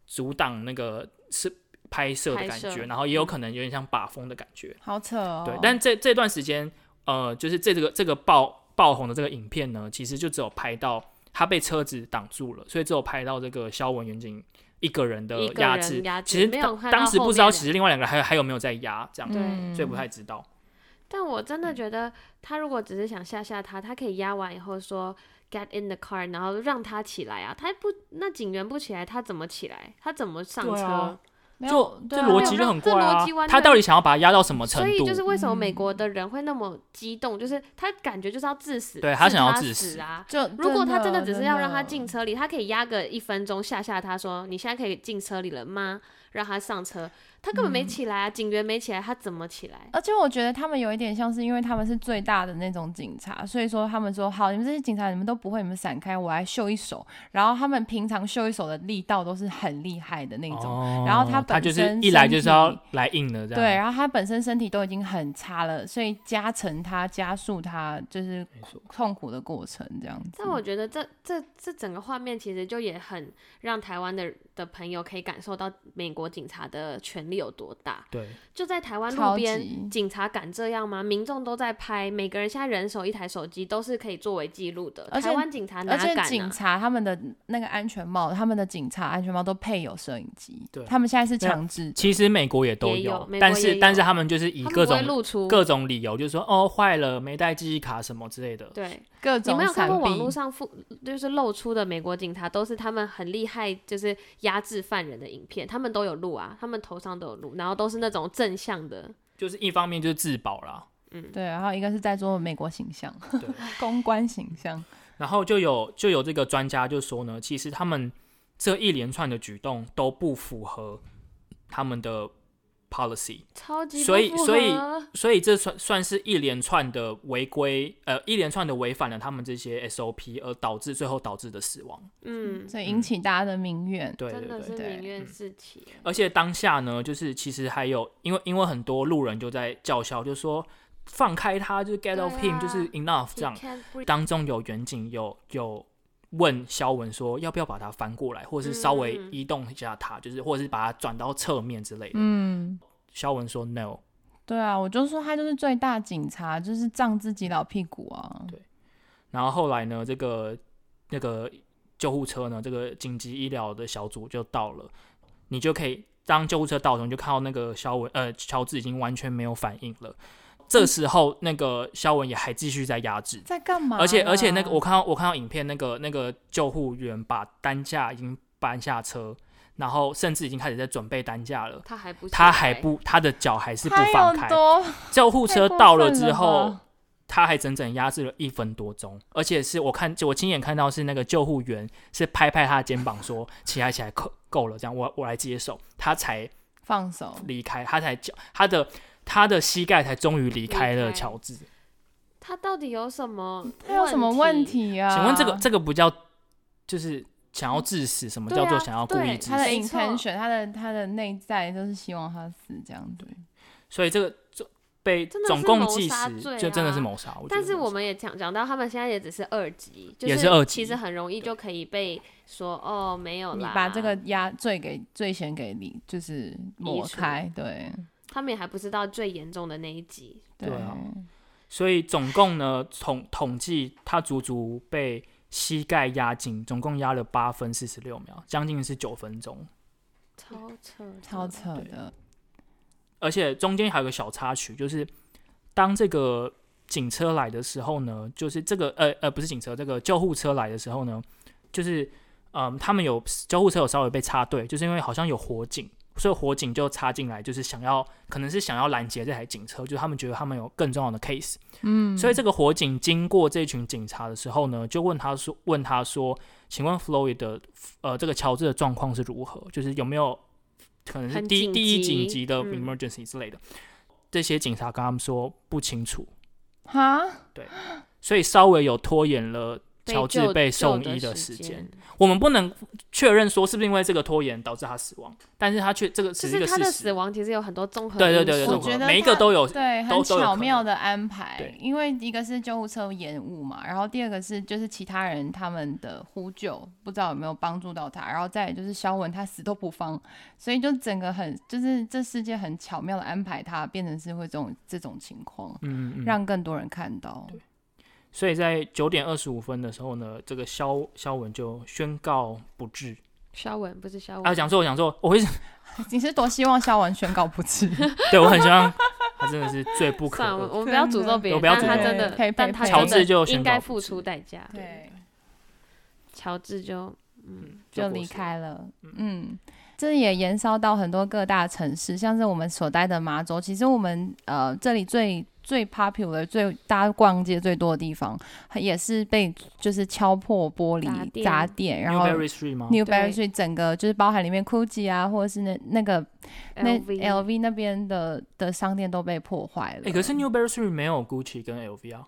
阻挡那个是拍摄的拍感摄嗯觉，然后也有可能有点像把风的感觉。好扯哦，对，但这这段时间，呃，就是这这个这个爆爆红的这个影片呢，其实就只有拍到他被车子挡住了，所以只有拍到这个肖文远景一个人的一个压人制。压其制实没有当看当到时后不知面道，两其实另外两个还有还有没有在压这样，对嗯所以不太知道。但我真嗯的觉得，他如果只是想吓吓他，他可以压完以后说 “get in the car”，然后让他起来啊。他不，那警员不起来，他怎么起来？他怎么上对车？啊没就有这对啊逻没有辑就让很这怪啊逻辑！完他全到底想要把他压到什么程所以度？就是为什么美嗯国的人会那么激动，就是他感觉就是要致死，对他是想要他致死死啊。就如果他真的的只是要让他真的进车里，他可以压个一分钟吓吓他说：“你现在可以进车里了吗？”让他上车，他根本嗯没起来啊，警员没起来，他怎么起来？而且我觉得他们有一点像是，因为他们是最大的那种警察，所以说他们说好，你们这些警察你们都不会，你们闪开，我来秀一手。然后他们平常秀一手的力道都是很厉害的那种，哦然后他他本就是身一来身就是要体来硬的这样。啊对。然后他本身身体都已经很差了，所以加成他加速他就是没错痛苦的过程这样子但。我觉得这这这整个画面其实就也很让台湾的的朋友可以感受到美国警察的权力有多大。对，就在台湾路超边，级警察敢这样吗？民众都在拍，每个人现在人手一台手机，都是可以作为记录的。而且台湾警察哪而且敢、啊？警察他们的那个安全帽，他们的警察安全帽都配有摄影机，对他们现在是对啊强制的，其实美国也都也有美但国是也但是有他们就是以他们各不会种露出各种理由，就是说哦坏了没带记忆卡什么之类的。对，各你种没有看闪过网避络上附就是露出的美国警察都是他们很厉害，就是压制犯人的影片，他们都有录啊，他们头上都有录，然后都是那种正向的，嗯就是一方面就是自保 啦，对，然后一个是在做美国形象对，公关形象，然后就有就有这个专家就说呢，其实他们这一连串的举动都不符合他们的 policy，超级不所以符所以合所以这算算是一连串的违规，呃，一连串的违反了他们这些 SOP，而导致最后导致的死亡。嗯，所以引起大家的民怨。对对真的对。嗯是对民怨四起。而且当下呢，就是其实还有，因为因为很多路人就在叫嚣，就说放开他，就是 get 对 off him，、啊就是 enough 这 You 样。 can't breathe 当中有远景有有问肖文说要不要把它翻过来，或者是稍微嗯移动一下它，就是或者是把它转到侧面之类的。嗯，肖文说 no，对啊，我就说他就是最大警察，就是仗自己老屁股啊。然后后来呢，这个那个救护车呢，这个紧急医疗的小组就到了，你就可以当救护车到的时候，你就看到那个肖文呃乔治已经完全没有反应了。这时候那个肖文也还继续在压制，在干嘛啦？而且而且那个我看到我看到影片，那个那个救护员把担架已经搬下车，然后甚至已经开始在准备担架了。他还不起他还来不，他的脚还是不他放有开。多救护车太过到了分之了后吧，他还整整压制了一分多钟，而且是我看就我亲眼看到是那个救护员是拍拍他的肩膀说起来起来够够了，这样我我来接手，他才放手？离开，他才脚他的他的膝盖才终于离开了离开乔治。他到底有什么？嗯他有什么问？题啊？请问这个这个不叫就是想要致死，什么对啊叫做想要故意致他的死？没错 intention，他的他的内在就是希望他死这样子。所以这个这被真的总是共谋计杀时罪就真的是啊谋杀，我觉但得是谋我杀们也讲讲到，他们现在也只是二级，就也是二其级实很容易就可以被说哦，没有你啦。把这个压罪给罪嫌给你，就是抹开，对他们也还不知道最严重的那一集，对啊所以总共呢，统统计他足足被膝盖压紧，总共压了八分四十六秒，将近是九分钟。超扯的，超扯的。而且中间还有个小插曲，就是当这个警车来的时候呢，就是这个呃呃不是警车，这个救护车来的时候呢，就是嗯他们有救护车有稍微被插队，就是因为好像有火警，所以火警就插进来，就是想要可能是想要拦截这台警车，就是他们觉得他们有更重要的 case。嗯，所以这个火警经过这群警察的时候呢，就问他说：“问他说，请问 Floyd 的呃这个乔治的状况是如何？就是有没有可能是很第紧第一急紧急的嗯 emergency 之类的？”这些警察跟他们说不清楚，哈，所以稍微有拖延了被乔治救被救送的医的时时间。，我们不能确认说是不是因为这个拖延导致他死亡，但是他却这个就只是是一个他事的死实。亡其实有很多综合对对因对对，素我综合觉得每一个他都有对，很都都有巧可妙能的安排对。因为一个是救护车延误嘛，然后第二个是就是其他人他们的呼救，不知道有没有帮助到他，然后再来就是肖文他死都不放，所以就整个很就是这世界很巧妙的安排他，变成是会这种这种情况，嗯嗯嗯，让更多人看到。所以在九点二十五分的时候呢，这个肖肖文就宣告不治。肖文不是肖文啊，讲错，我讲错，我会， 你是多希望肖文宣告 不治？ 对我很希望他真的是罪不可算了，恶。我们不要诅咒别人，我不要但他诅咒真对呸的，呸但他呸乔真的治就宣应告该不付治出代价。对，乔治就嗯就过离世开了。嗯，这也延烧到很多各大城市，像是我们所待的麻州，其实我们呃这里最最 popular、最大家逛街最多的地方，也是被就是敲破玻砸璃店砸店，然后 Newberry Street 吗？ Newberry 对 Street 整个就是包含里面 Gucci 啊，或者是那那个那 LV LV 那边的的商店都被破坏了。哎，可是 Newberry Street 没有 Gucci 跟 LV 啊，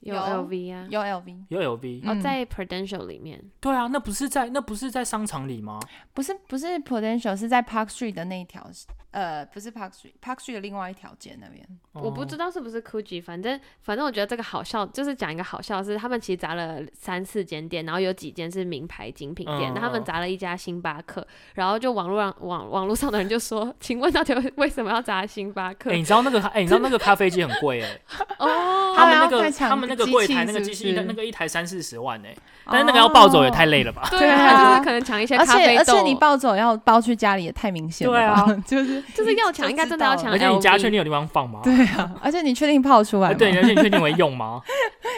有有 LV 啊，有 LV 有 LV。哦，嗯在 Prudential 里面，对啊，那不是在那不是在商场里吗？不是不是 Potential 是在 Park Street 的那一条，呃，不是 Park Street，Park Street 的另外一条街那边。我不哦知道是不是 Gucci，反正反正我觉得这个好笑，就是讲一个好笑的是，他们其实砸了三四间店，然后有几间是名牌精品店，嗯那他们嗯砸了一家星巴克，然后就网络上网网络上的人就说，请问到底为什么要砸星巴克哎，？你知道那个哎，你知道那个咖啡机很贵 哎，哦，他们要那个快抢他们那个机柜器台那个是机不器的是哦那个一台三四十万哎，但是那个要抱走哦也太累了吧？对对啊就是可能抢一些而咖啡且豆，啊而且你抱走要包去家里也太明显了吧，对 就是就是要抢，应该真的要抢。而且你家确定有地方放吗？对啊，而且你确定泡出来啊吗？对，而且你确定会用吗？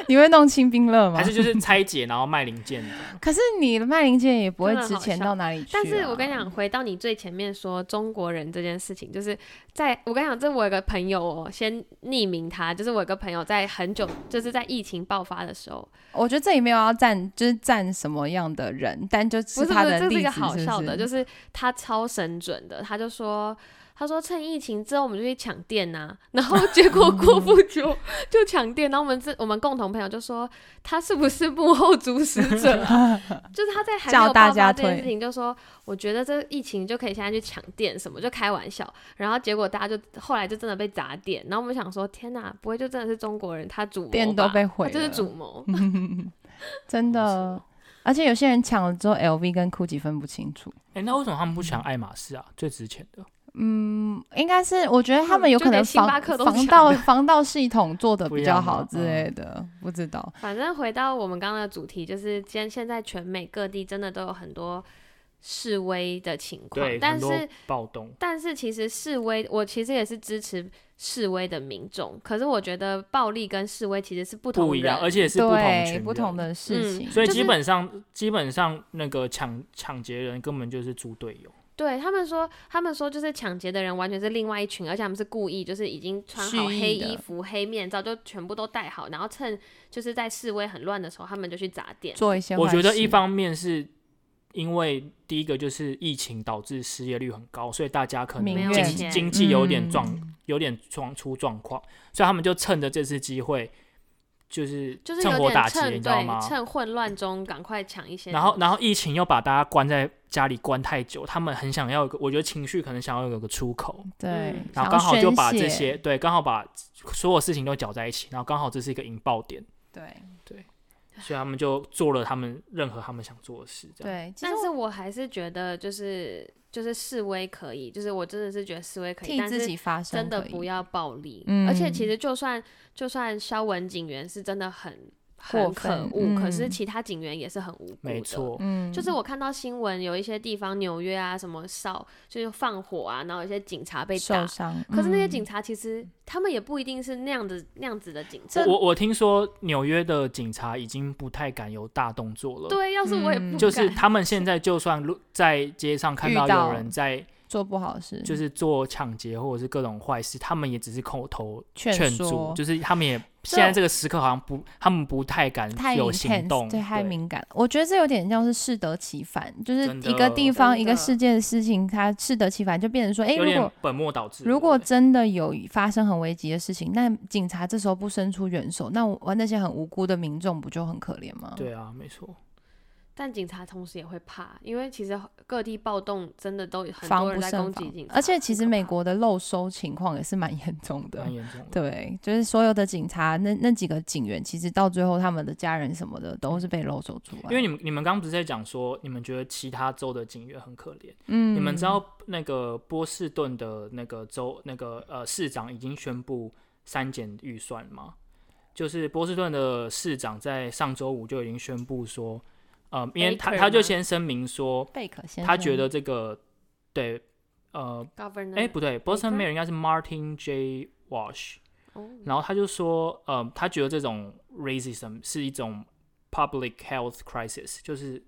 你会弄清冰乐吗还？是就是拆解然后卖零件的？可是你的卖零件也不会真的值好钱笑到哪里去、啊。但是我跟你讲，回到你最前面说中国人这件事情，就是在我跟你讲，这我有个朋友哦，先匿名他，就是我有个朋友在很久，就是在疫情爆发的时候，我觉得这里没有要站，就是站什么样的人，但就不是是他不的是，这是例一子，个好笑的，是不是就是他超神准的，他就说。他说趁疫情之后我们就去抢店呐、 然后结果嗯过不久就抢店，然后我们这我们共同朋友就说他是不是幕后主使者啊、 就是他在还没叫有大爆家发这件退事情，就说我觉得这疫情就可以现在去抢店什么，就开玩笑。然后结果大家就后来就真的被砸店，然后我们想说天呐，不会就真的是中国人他主谋店吧都被毁他就是了主谋，真的。而且有些人抢了之后，LV 跟 GUCCI 分不清楚。 哎，那为什么他们不抢爱马仕啊？最值钱的嗯，应该是我觉得他们有就可能连星防巴克都防抢盗 防盗系统做的不比一较样吗好嗯之类的，不知道。反正回到我们刚刚的主题，就是今天现在全美各地真的都有很多示威的情况对，，但很多是暴动。但是其实示威，我其实也是支持示威的民众，可是我觉得暴力跟示威其实是不同不一样，人而且是不同对，群不同人。的事情。所以就是基本上，基本上那个抢抢劫人根本就是猪队友，对他们说，他们说就是抢劫的人完全是另外一群，而且他们是故意，就是已经穿好蓄意黑的衣服、黑面罩，就全部都戴好，然后趁就是在示威很乱的时候，他们就去砸店。做一些我坏觉得事一方面是因为第一个就是疫情导致失业率很高，所以大家可民能怨经经济有点状、嗯有点状出状况，所以他们就趁着这次机会，就是就是趁有火点打劫，你趁知道对吗？趁混乱中赶快抢一些东西。然后，然后疫情又把大家关在家里关太久，他们很想要有个，我觉得情绪可能想要有个出口，对嗯，然后想要刚好就宣把这泄些对，刚好把所有事情都搅在一起，然后刚好这是一个引爆点，对所以他们就做了他们任何他们想做的事，这样对，其实但是我还是觉得，就是就是示威可以，就是我真的是觉得示威可以，替但自是己发声真的可以不要暴力。嗯而且其实就算就算肖文警员是真的很过很可分恶，可是嗯其他警员也是很无辜没的。错，嗯，就是我看到新闻，有一些地方，纽约啊，什么烧，就是放火啊，然后有一些警察被打受。伤。可是那些嗯警察其实、他们也不一定是那样的那样子的警察这。我我听说纽约的警察已经不太敢有大动作了，对，要是我也不嗯敢。就是他们现在就算路在街上看遇到到嗯有人在做不好的事，就是做抢劫或者是各种坏事，他们也只是口头劝劝说阻，就是他们也现在这个时刻好像不，他们不太敢太有 intense，行动，对，太敏感了。我觉得这有点像是适得其反，就是真的一个地方真的一个世界的事情，它适得其反，就变成说，哎，有如点果本末倒置。如果对真的有发生很危急的事情，那警察这时候不伸出援手，那我那些很无辜的民众不就很可怜吗？对啊，没错，但警察同时也会怕，因为其实各地暴动真的都有很多防不人在胜攻防击警。察，而且其很实可美怕国的漏收情况也是蛮严重的蛮，严重的。 对，就是所有的警察那那几个警员，其实到最后他们的家人什么的都是被漏收出来，因为你们你们刚不是在讲说，你们觉得其他州的警员很可怜，嗯你们知道那个波士顿的那个州那个呃市长已经宣布删减预算吗？就是波士顿的市长在上周五就已经宣布说，呃，因为他 Baker 他就吗先声明说，贝克先生，他觉得这个对呃嗯 governor 哎、不对，Boston Baker？ Mayor 应该是 Martin J. Walsh，哦然后他就说，呃，他觉得这种 racism 是一种 public health crisis，就是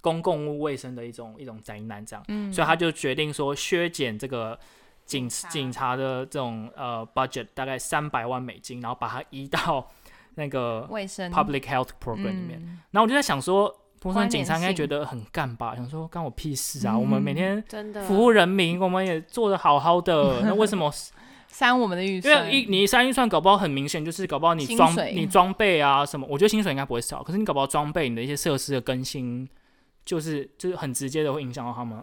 公共卫生的一种一种灾难，这样，嗯，所以他就决定说削减这个警警察警察的这种呃 budget 大概三百万美金，然后把它移到 那个卫生 public health program 里面。嗯然后我就在想说，波士关顿联警察应该性觉得很干吧，想说干我屁事啊，我们每嗯天。真的服务人民，我们也做的好好 的，那为什么？删我们的预因算，为一你删预算，搞不好很明显就是搞不好你薪装水你装备啊什么，我觉得薪水应该不会少，可是你搞不好装备你的一些设施的更新，就是就是很直接的会影响到他们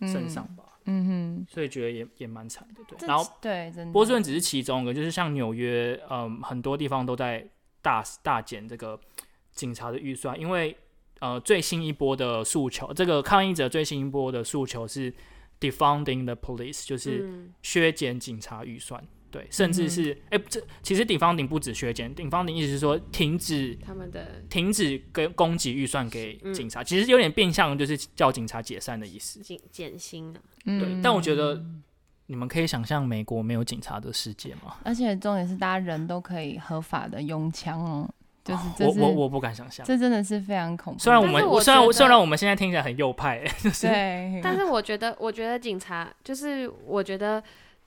身上吧，嗯，嗯所以觉得也也蛮惨的，哼，这对。然后对，真的波士顿只是其中一个，就是像纽约，嗯，很多地方都在大大减这个警察的预算，因为呃最新一波的诉求，这个抗议者最新一波的诉求是 defunding the police，就是嗯削减警察预算。对，甚至嗯哼是哎、这其实 defunding 不止削减，defunding 意思是说停止他们的停止跟供给预算给嗯警察，其实有点变相就是叫警察解散的意思。嗯嗯减减薪啊，对，但我觉得你们可以想象美国没有警察的世界吗？而且重点是，大家人都可以合法的拥枪哦，就是这啊我是我我不敢想象。这真的是非常恐怖。虽然我但们是我虽然觉得虽然我们现在听起来很右派， 对，但是我觉得，我觉得警察就是，我觉得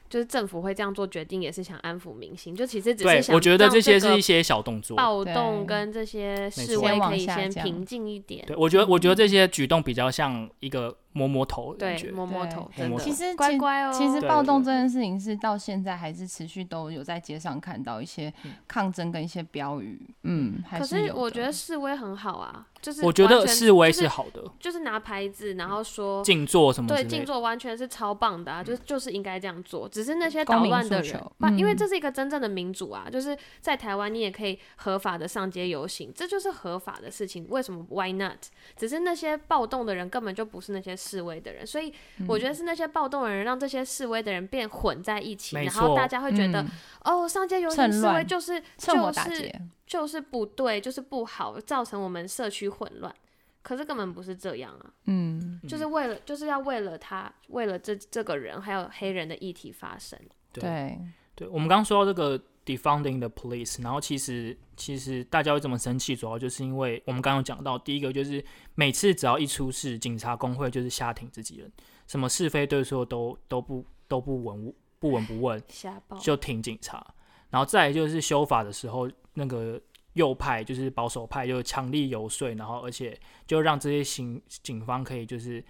就是政府会这样做决定，也是想安抚民心。就其实只对是，想我觉得让这这些个是一些小动作。暴对动跟这些示错威先往可以下先降平静一点。对我觉得我觉得这些举动比较像一个摸摸头的感嗯对，觉。摸摸对头，摸真摸的。头其实乖其乖哦，其实对暴对动对这件事情是到现在还是持续都有在街上看到一些嗯抗争跟一些标语，嗯，还可是是有我的觉得示威很好啊，就是我觉得完全示威就是好的，就是拿牌子，然后说静坐什么嗯之对类静的。嗯坐完全是超棒的啊，就就是应该这样做。只是那些公捣民乱的诉人求，不因为嗯这是一个真正的民主啊，就是在台湾你也可以合法的上街游行，这就是合法的事情。为什么 Why not？只是那些暴动的人根本就不是那些示威的人，所以嗯我觉得是那些暴动的人让这些示威的人变混在一起，没然后大错家会觉得、嗯哦，上街游行趁示威乱就是趁火就打是劫，就是不对，就是不好，造成我们社区混乱。可是根本不是这样啊，嗯，就是为了就是要为了他，为了这这个人还有黑人的议题发声。对，对，我们刚刚说到这个 defunding the police，然后其实其实大家会这么生气，主要就是因为我们刚刚有讲到，第一个就是每次只要一出事，警察工会就是瞎挺自己人，什么是非对错都都不都不闻不闻不问，瞎报就挺警察。然后再来就是修法的时候，那个右派就是保守派，就强力游说，然后而且就让这些刑警方可以就是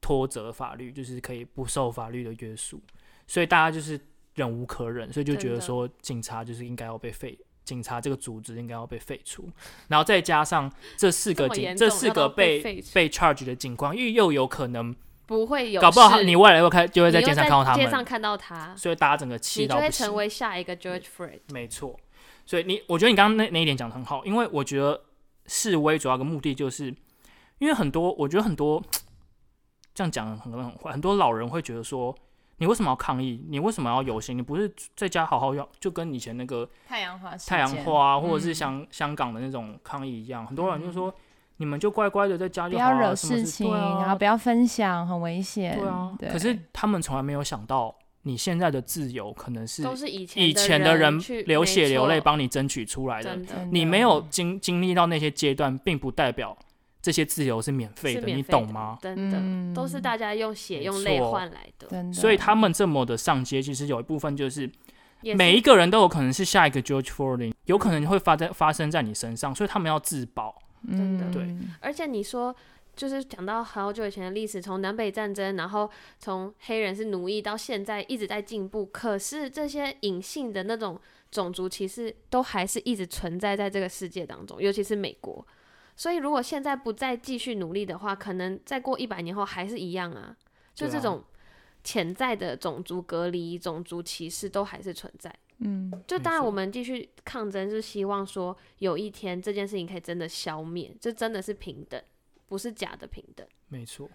脱责法律，就是可以不受法律的约束，所以大家就是忍无可忍，所以就觉真得的说警察就是应该要被废。警察这个组织应该要被废除，然后再加上这四这个么警，严这重四要到个被被废除被 charge 的警官，又又有可能，不会有事，搞不好他你未来会看就会你在又街上看到他街上们，看到他，所以大家整个气你到就不行。嗯会成为下一个 George Floyd。没错，所以你我觉得你刚刚那那一点讲的很好，因为我觉得示威主要的目的就是，因为很多我觉得很多这样讲很多很坏，很多老人会觉得说，你为什么要抗议？你为什么要游行？你不是在家好好要，就跟以前那个太阳花事太阳件花、啊、或嗯者是香、香港的那种抗议一样，很多人就说。你们就乖乖的在家不就好要了、惹什么事事情，对啊然后不要分享，很危险，对啊。对可是他们从来没有想到，你现在的自由可能是都是以前以前的人去流没血流泪错帮你争取出来的真，的真你的没有经经历到那些阶段，并不代表这些自由是免费是的，免你费懂的吗？真的都是嗯大家用血没用泪错换来的，真的，所以他们这么的上街，其实有一部分就是也每一是个人都有可能是下一个 George Floyd，有可能会发在发生在你身上，所以他们要自保。真的对嗯而且你说，就是讲到好久以前的历史，从南北战争，然后从黑人是奴役到现在一直在进步，可是这些隐性的那种种族歧视都还是一直存在在这个世界当中，尤其是美国。所以如果现在不再继续努力的话，可能再过一百年后还是一样啊，就对啊这种潜在的种族隔离、种族歧视都还是存在。嗯，就没当然，错我们继续抗争，是希望说有一天这件事情可以真的消灭，这真的是平等，不是假的平等。没错，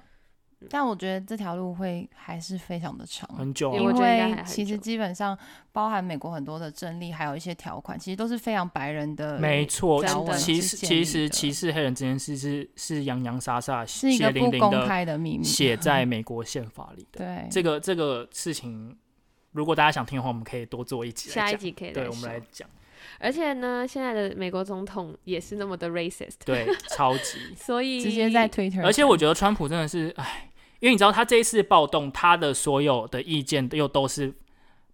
但我觉得这条路会还是非常的长，很久因啊为我因觉得应该还为很其实久基本上包含美国很多的政例，还有一些条款，其实都是非常白人的，没错真的，歧视是建其立实的歧视黑人这件事是是洋洋洒洒、是一血个不淋淋公的开的秘密。写在美国宪法里的。对，这个这个事情，如果大家想听的话，我们可以多做一集来下一讲，集可以对，来我们说来。讲，而且呢，现在的美国总统也是那么的 racist，对，超级。 所以直接在 Twitter，而且我上觉得川普真的是，唉，因为你知道他这一次暴动，他的所有的意见又都是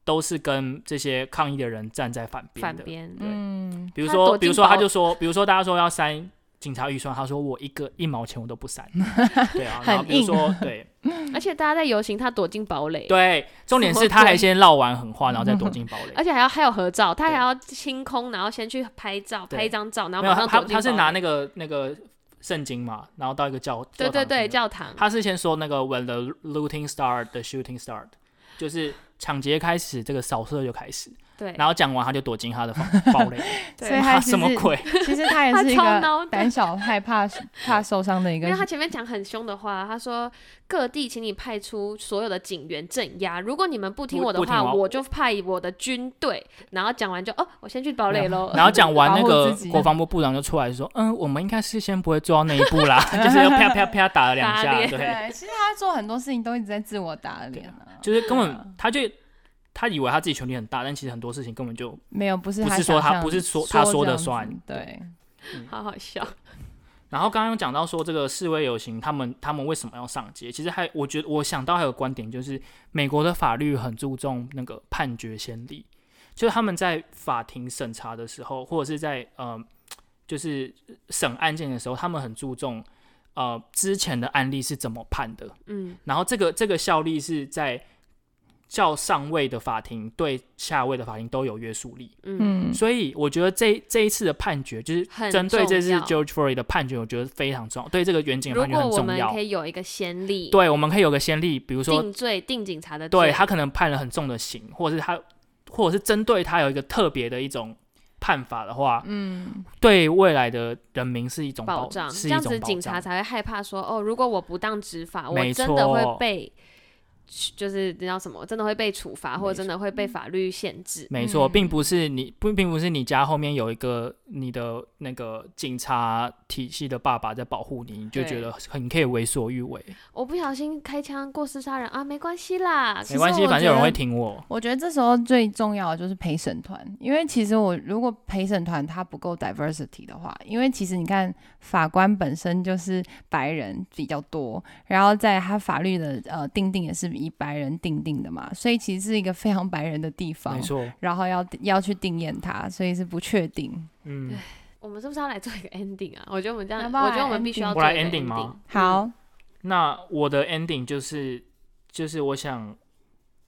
都是跟这些抗议的人站在反边反的。边。对嗯，比如他说，躲比如进说，他保就说，比如说大家说要删警察预算，他说我一个一毛钱我都不 删。对啊，然后很比如硬说，对而且大家在游行，他躲进堡垒，嗯对，重点是他还先唠完狠话，然后再 躲进堡而垒。且还要还有合照，他对还要清空，然后先去拍照，对拍一张照，然后没有马他上他躲进他是堡拿垒那个那个圣经嘛，然后到一个教对对对教堂什么的教堂，他是先说那个 When the looting start, the shooting start，就是抢劫开始，这个扫射就开始。对，然后讲完他就躲进他的 房堡垒，对所以他啊其什么实鬼？ 其实他也是一他超个孬的胆小、害怕、 怕受伤的一因个为。他前面讲很凶的话，他说各地请你派出所有的警员镇压，如果你们不听不我的不听话，我我就派我的军队。然后讲完就哦，我先去堡垒喽。然后讲完那保护个自己国防部部长就出来说，嗯，我们应该是先不会做到那一步啦，就是又啪啪啪打了两打下，脸对，对，其实他做很多事情都一直在自我打脸啊，就是根对啊嗯本他就他以为他自己权力很大，但其实很多事情根本就没有，不是不他是说想他象不是说说他说的这样子算对， 好好笑，然后刚刚有讲到说这个示威游行，他们他们为什么要上街？其实还我觉得我想到还有观点就是，美国的法律很注重那个判决先例，就是他们在法庭审查的时候，或者是在呃就是审案件的时候，他们很注重呃之前的案例是怎么判的，嗯，然后这个这个效力是在较上位的法庭对下位的法庭都有约束力。嗯，所以我觉得这这一次的判决，就是很针对这次重要 George Floyd 的判决，我觉得非常重要，对这个远景的如判决果很我重们要可。以有一个先例，对，我们可以有个先例，比如说，定罪定警察的罪，对他可能判了很重的刑，或者是他，或者是针对他有一个特别的一种判法的话，嗯，对未来的人民是一种保保障，是这一样种子保警察障。才会害怕说，哦，如果我不当执法，我没真的会错被，就是你知道什么，我真的会被处罚，或者真的会被法律限制。没错，嗯并不是你不，并不是你家后面有一个你的那个警察体系的爸爸在保护你，你就觉对得很可以为所欲为，我不小心开枪过失杀人啊，没关系啦。没关系，我反正有觉人会得挺我。我觉得这时候最重要的就是陪审团，因为其实我如果陪审团他不够 diversity 的话，因为其实你看法官本身就是白人比较多，然后在他法律的呃定定也是以白人定定的嘛，所以其实是一个非常白人的地方没，错，然后要要去定验它，所以是不确定。嗯。我们是不是要来做一个 ending 啊？我觉得我们这样，要不要我觉得来我们必须 ending？要我做来一个 ending 吗？好，那我的 ending 就是，就是我想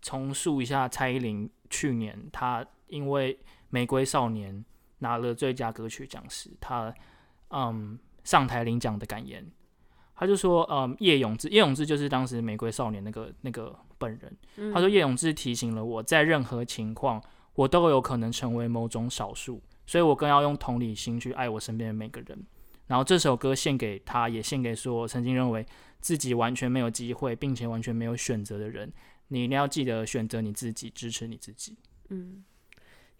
重述一下蔡依林去年她因为《玫瑰少年》拿了最佳歌曲奖时，她嗯上台领奖的感言，她就说嗯叶永志，叶永志就是当时《玫瑰少年》那个那个本人，嗯他说叶永志提醒了我，在任何情况，我都有可能成为某种少数，所以我更要用同理心去爱我身边的每个人。然后这首歌献给他，也献给所有曾经认为自己完全没有机会，并且完全没有选择的人。你一定要记得选择你自己，支持你自己。嗯，